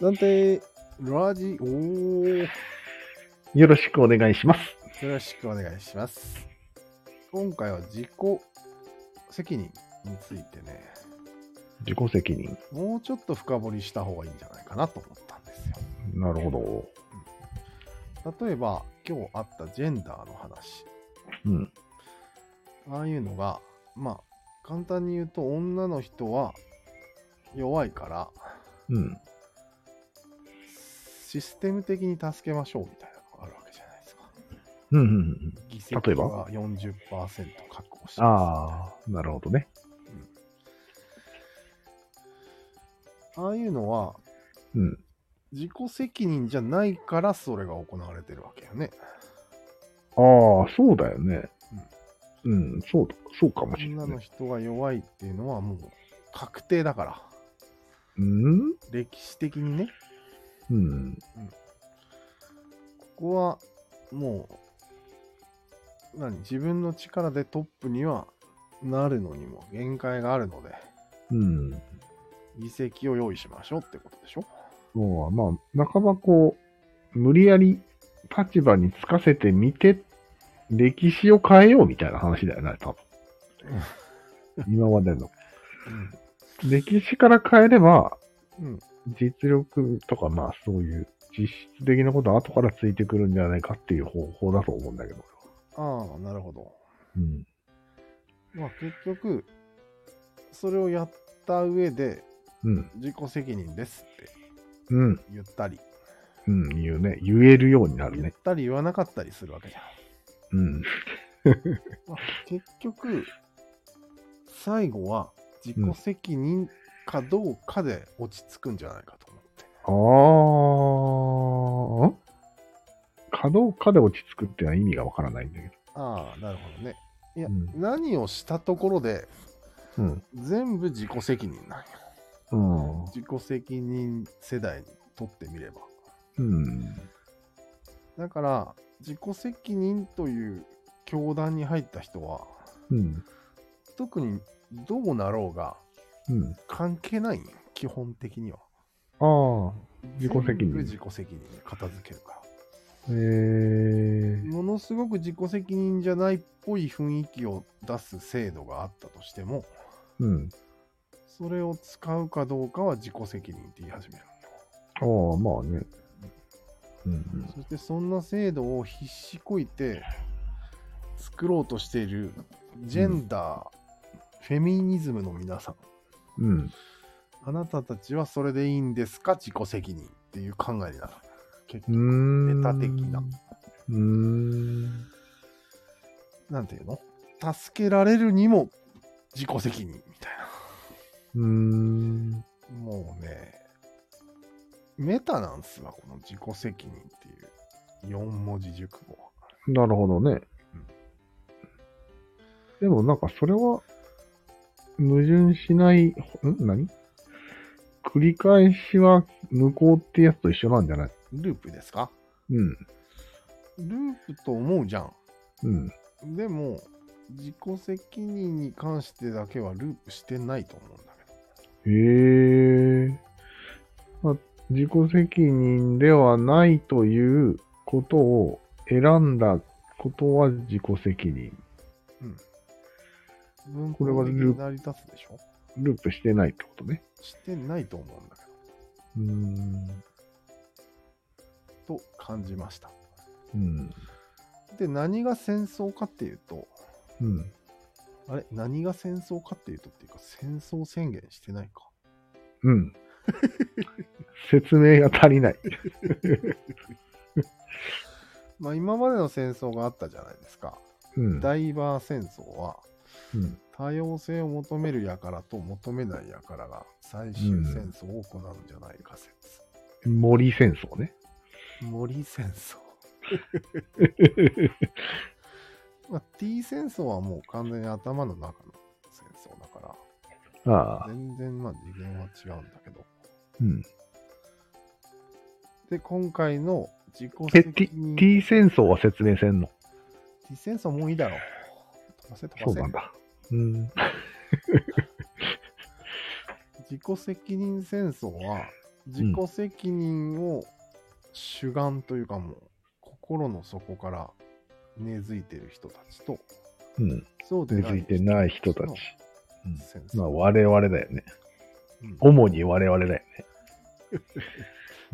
なんて、ラジオ、おーよよろしくお願いします。ろしくお願いします。今回は自己責任についてね、自己責任。もうちょっと深掘りした方がいいんじゃないかなと思ったんですなるほど。よ。例えば、今日あったジェンダーの話、うん。ああいうのが、まあ、簡単に言うと、女の人は弱いから、うん。システム的に助けましょうみたいなのがあるわけじゃないですか。うんうんうん。議席が例えば40%確保してますああ、なるほどね。みたいなああいうのはうん。自己責任じゃないからそれが行われてるわけよね。ああ、そうだよね。うん、そうだ、そうかもしれな女いのね。人が弱いっていうのはもう確定だからうん歴史的にねうん。ここはもう何自分の力でトップにはなるのにも限界があるのでうん。議席を用意しましょうってことでしょそうまあ、半ばこう、無理やり立場につかせてみて、歴史を変えようみたいな話だよね、 多分。今までの。歴史から変えれば、うん実力とか、まあそういう実質的なことは後からついてくるんじゃないかっていう方法だと思うんだけど。ああなるほど。うん。まあ結局それをやった上でうん。自己責任ですってうん。言ったり、うん。言うね。言えるようになる言っね。たり言わなかったりするわけじゃん。うん。まあ、結局、最後は自己責任かどうかで落ち着くんじゃないかと思って。あー。んかどうかで落ち着くっていうのは意味がわからないんだけど。ああ、なるほどね。いや、うん何をしたところでうん。全部自己責任なんよ。うん。自己責任世代にとってみれば。うん。だから、自己責任という教団に入った人は、うん。特にどうなろうがうん。関係ないんよ基本的には。ああ。自己責全部任。自己責任で片付けるから。えー。ものすごく自己責任じゃないっぽい雰囲気を出す制度があったとしても、うん。それを使うかどうかは自己責任って言い始める。ああ、まあね。うん。そしてそんな制度を必死こいて作ろうとしているジェンダー、フェミニズムの皆さん、うん。あなたたちはそれでいいんですか自己責任っていう考えになる。結う局、ーんメタ的な。うーん。なんていうの助けられるにも自己責任みたいな。うーん。もうね、メタなんすわ、この自己責任っていう4文字熟語は。なるほどね。でもなんかそれは、矛盾しない、ん何繰り返しは無効ってやつと一緒なんじゃないループですかうん。ループと思うじゃうん。ん。でも、自己責任に関してだけはループしてないと思うんだけへえ。まあ、自己責任ではないということを選んだことは自己責任。ど。文これ法は的ルーにプ成り立つでしょループしてないってことね。してないと思うんだけうーん。ど、と感じました。うん。で、何が戦争かっていうと、うん。あれ何が戦争かっていうとっていうか、戦争宣言してないか。 うん。説明が足りない。まあ、今までの戦争があったじゃないですか。うん。ダイバー戦争は、うん多様性を求める輩と求めない輩が最終戦争を行うんじゃないか説。森戦争 ね。森戦争。 まあ、T 戦争はもう完全に頭の中の戦争だかあら、あ。全然まあ次元は違うんだけど。うん。で、今回の自己え、責 T 任。T, T 戦争は説明せんの戦争もういいだろう。飛ばせ飛そばうせなん。だ。うん。自己責任戦争は自己責任を主眼というかもう、心の底から根付いてる人たちと、うん。そうで根ない付いてない人たち。の戦争まあ、我々だよね。うん主に我々 だよね。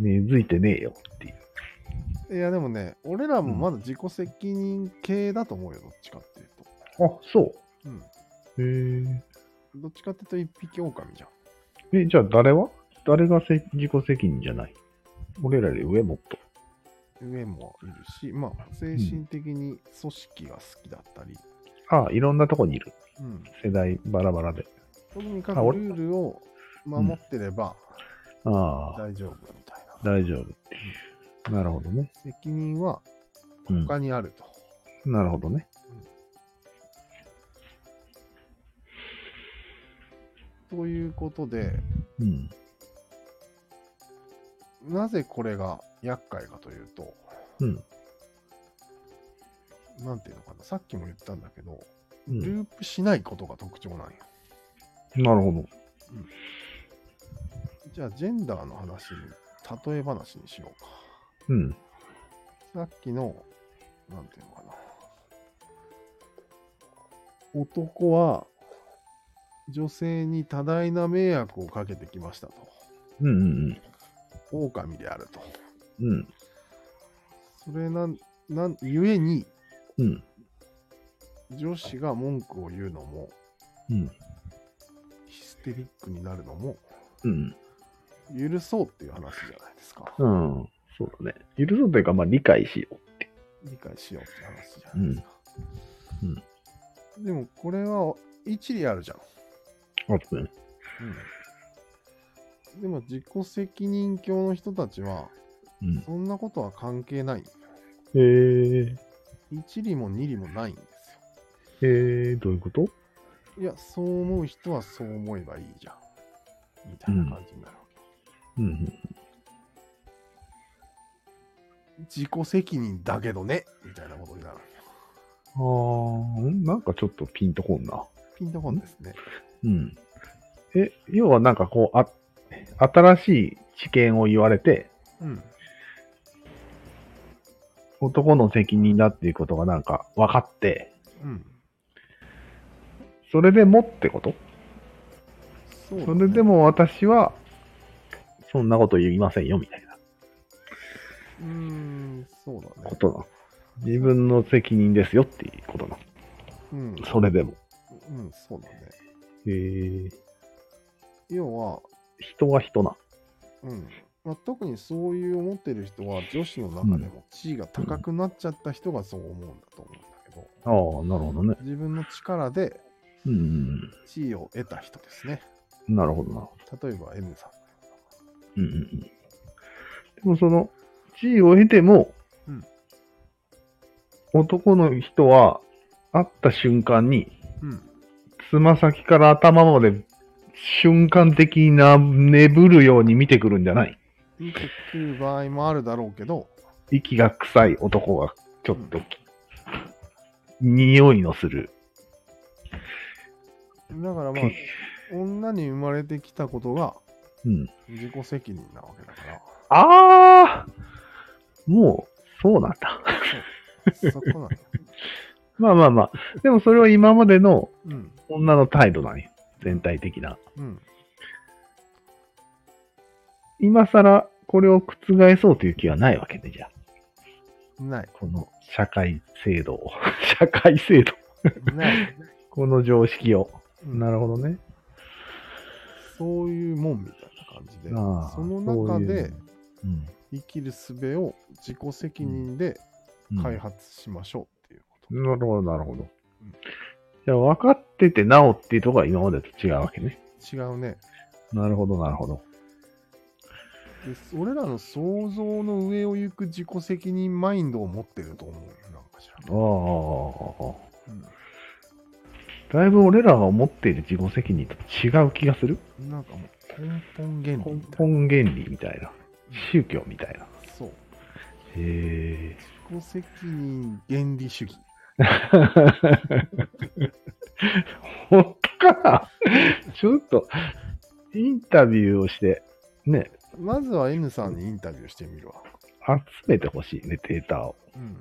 根付いてねえよっていう。いやでもね、俺らもまだ自己責任系だと思うよ、どっちかっていうと。あ、そうん。う。へどっちかっていうと一匹狼じゃん。え。え、じゃあ誰は誰がせ自己責任じゃない俺らより上もっと。上もいるし、まあ、精神的に組織が好きだったり、ああ、いろんなとこにいる。うん。世代バラバラで。とにかくあ俺ルールを守ってればああ、大丈夫みたいな。大丈夫。なるほどね。責任はうん。他にあると。なるほどね。ということで、うん。なぜこれが厄介かというと、うん。なんていうのかな、さっきも言ったんだけど、うん、ループしないことが特徴なんよ。なるほど。じゃあ、ジェンダーの話に、例え話にしようか。うん。さっきの、なんていうのかな。男は、女性に多大な迷惑をかけてきましたと。うんうん狼であると。うん。うん。それなん、なん、ゆえに、うん。女子が文句を言うのも、うん。ヒステリックになるのも、うん。許そうっていう話じゃないですか。うん。そうだね。許そうというか、まあ理解しよ理解しようって話じゃないですか。うんでも、これは一理あるじゃん。う。あとね。でも自己責任教の人たちは、うん。そんなことは関係ない。え一理も二理もないんですー、えー、どういうことよ。いや、そう思う人はそう思えばいいじゃん。みたいな感じになるわけ。うん。自己責任だけどね、みたいなことになるわけ。あー、なんかちょっとピンとこんな。ピンとこんですね。うん。え、要はなんかこう、あ、新しい知見を言われて、うん。男の責任だっていうことがなんか分かって、うん。それでもってことそうだそねれで。も私は、そんなこと言いませんよ、みたいなうーん、そうだこね。となの。自分の責任ですよっていうことなうん、の。それでも。うん、そうだね。へえ。要は、人は人な。うんまあ、特にそういう思ってる人は女子の中でも地位が高くなっちゃった人がそう思うんだと思うんだけど、ああ、なるほどね。自分の力でうん。地位を得た人ですねなるほどな。例えば N さうんうんうん。でもその、地位を得ても、うん男の人は、会った瞬間に、ん、うん、つま先から頭まで瞬間的な眠るように見てくるんじゃない見てくる場合もあるだろうけど息が臭い男がちょっと、匂いのする。だからまあ女に生まれてきたことがうん。自己責任なわけだからああもう、そうなんだ。 そこなんだ、まあまあまあ。でもそれは今までのうん女の態度なんよ。全体的な。うん、今更これを覆そうという気はないわけで、じゃあ。ないこの社会制度を。 社会制度。ない、この常識を。うん なるほどね。そういうもんみたいな感じでああその中そういでううん。生きる術を自己責任で、うん開発しましょうっていうこと。なるほど、なるほど。じゃあ分かっててなおっていうところが今までと違うわけね。違うね。なるほど、なるほど。で俺らの想像の上を行く自己責任マインドを持ってると思うよなんかしらんけど、あうんあ。だいぶ俺らが思っている自己責任と違う気がする。なんかもう根本原理根みたいな。本原理みたいな。宗教みたいな。そう。へえ。自己責任原理主義。 本当かなちょっと、インタビューをして、ね、まずは N さんにインタビューしてみるわ。集めてほしいね、データを。うん。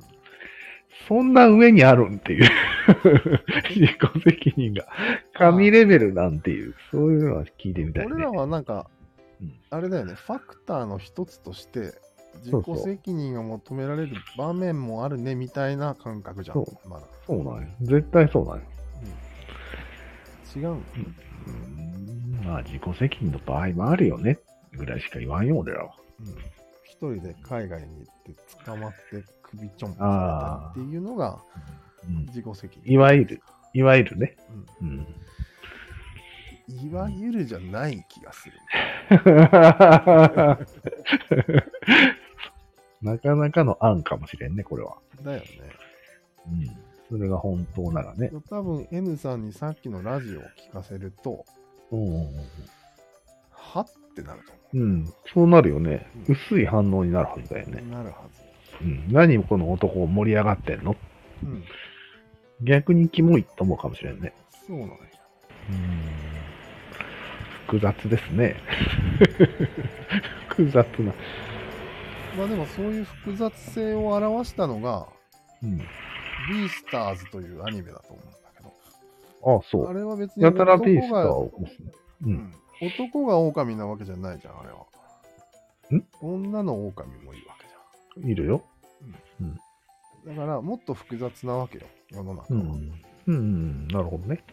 そんな上にあるんっ ていう。自己責任が。神レベルなんていう。そういうのは聞いてみたいね。俺らはなんかうん、あれだよね、ファクターの一つとして、自そう己そう責任が求められる場面もあるねみたいな感覚じゃんそ。まだ。そうなんよ絶対そうなんよ違うんだ。うんまあ、自己責任の場合もあるよね。ぐらいしか言わんよ、俺らは。うん一人で海外に行って捕まって首ちょんぱあさーれたっていうのがうん自己責任。いわゆる、いわゆるね。う ん。うんいわゆるじゃない気がする。なかなかの案かもしれんね、これは。だよね。うん。それが本当ならね。多分 N さんにさっきのラジオを聞かせると、うん。はってなると思うん。そうなるよね。うん薄い反応になるはずだよう。ね。なるはず。うん。何この男盛り上がってんのうん。逆にキモいと思うかもしれんね。そうなんや。うん。複雑ですね。 複雑な。まあでもそういう複雑性を表したのが、うん。ビースターズというアニメだと思うんだけど、あ、そあう。れは別にやたら男ビースターが、を。う。うんん、男が狼なわけじゃないじゃん、あれは。ん女の狼もいいわけじいるよ。ゃん。だからもっと複雑なわけよ、世の中うは。ん。うん。なるほどね。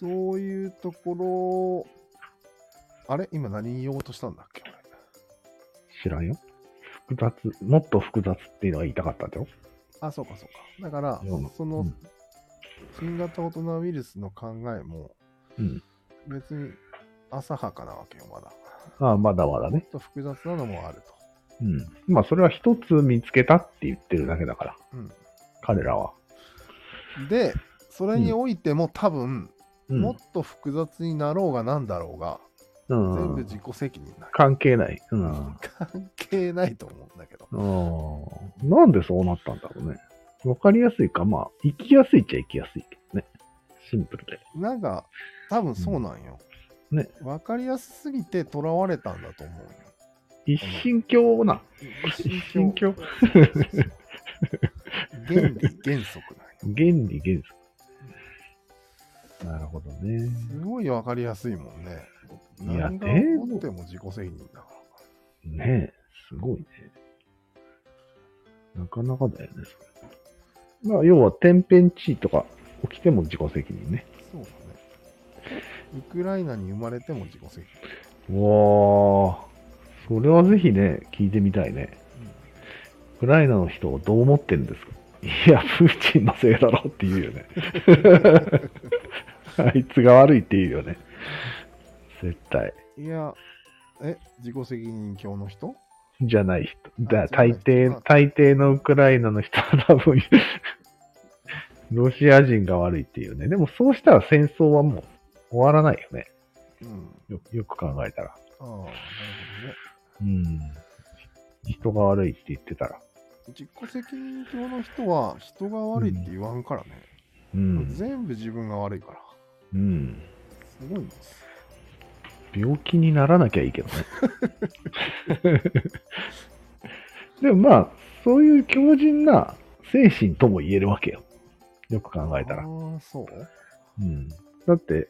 そういうところ、あれ今何言おうとしたんだっけ俺知らんよ。複雑、もっと複雑っていうのは言いたかったんだよ。あ、そうかそうか。だから世の、そうのん新型コロナウイルスの考えもうん。別に浅はかなわけよ、まだ。ああ、まだまだもっね。と複雑なのもあると。うん。まあ、それは一つ見つけたって言ってるだけだから、う彼らは。ん、で、それにおいても多分、うん。もっと複雑になろうがなんだろうが、うん全部自己責任な、関係ない。うん。関係ないと思うんだけど。うん。なんでそうなったんだろうね。わかりやすいか、まあ、生きやすいっちゃ生きやすいけどね。シンプルで。なんか、多分そうなんよ。うんね。わかりやすすぎて囚われたんだと思うよ。一神教な。一神教原理原則なんよ。原理原則。なるほどね。すごいわかりやすいもんね。いや何がで起もこっても自己責任だかねえ、すごいね。なかなかだよね、それ。まあ、要は天変地異とか起きても自己責任ね。ら。そうだね。ウクライナに生まれても自己責任。うわあ、それはぜひね、聞いてみたいね。ウクライナの人をどう思ってるんですかいや、プーチンのせいだろって言うよ ね。あいつが悪いって言うよね。絶対。いや、え、自己責任教の人じゃない人。だあじゃ大ない人抵、大抵のウクライナの人は多分、ロシア人が悪いっていうね。でもそうしたら戦争はもう終わらないよね。うん。よよく考えたら。ああ、なるほどね。うん。人が悪いって言ってたら。自己責任教の人は人が悪いって言わんからね。うん。全部自分が悪いから。うん。すごいんです。病気にならなきゃいいけどね。 でもまあ、そういう強靭な精神とも言えるわけよ。よく考えたら。ああ、そううんだって、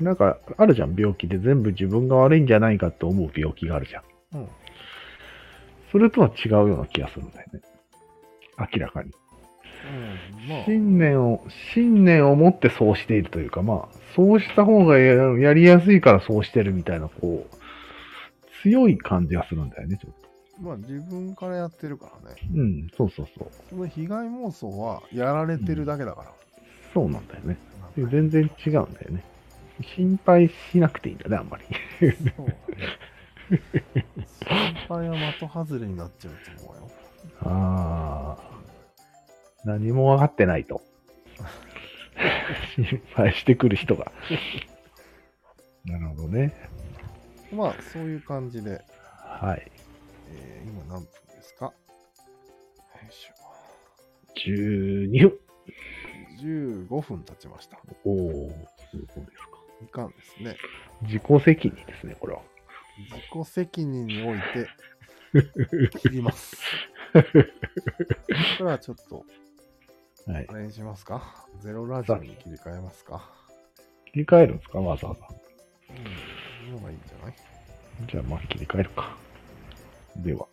なんかあるじゃん、病気で全部自分が悪いんじゃないかって思う病気があるじゃん。うん。それとは違うような気がするんだよね。明らかに。うん、まあ。信念を、信念を持ってそうしているというか、まあ、そうした方がややりやすいからそうしてるみたいな、こう、強い感じがするんだよね、ちょっと。まあ自分からやってるからね。うん、そうそうそう。その被害妄想はやられてるだけだから。そうなんだよね。うん全然違うんだよね。心配しなくていいんだね、あんまり。そうだね心配は的外れになっちゃうと思うよ。ああ。何も分かってないと。心配してくる人が。なるほどね。まあそういう感じで、はい。えー今何分ですかよいし12分。ょ。15分経ちました。おお、そうですか。いかんですね。自己責任ですね、これは。自己責任において、切ります。それはちょっと、はいあ。れにしますかゼロラジオに切り替えますか切り替えるんですかわざわざ。うん、のがいいんじゃないじゃあまあ切り替えるか。では。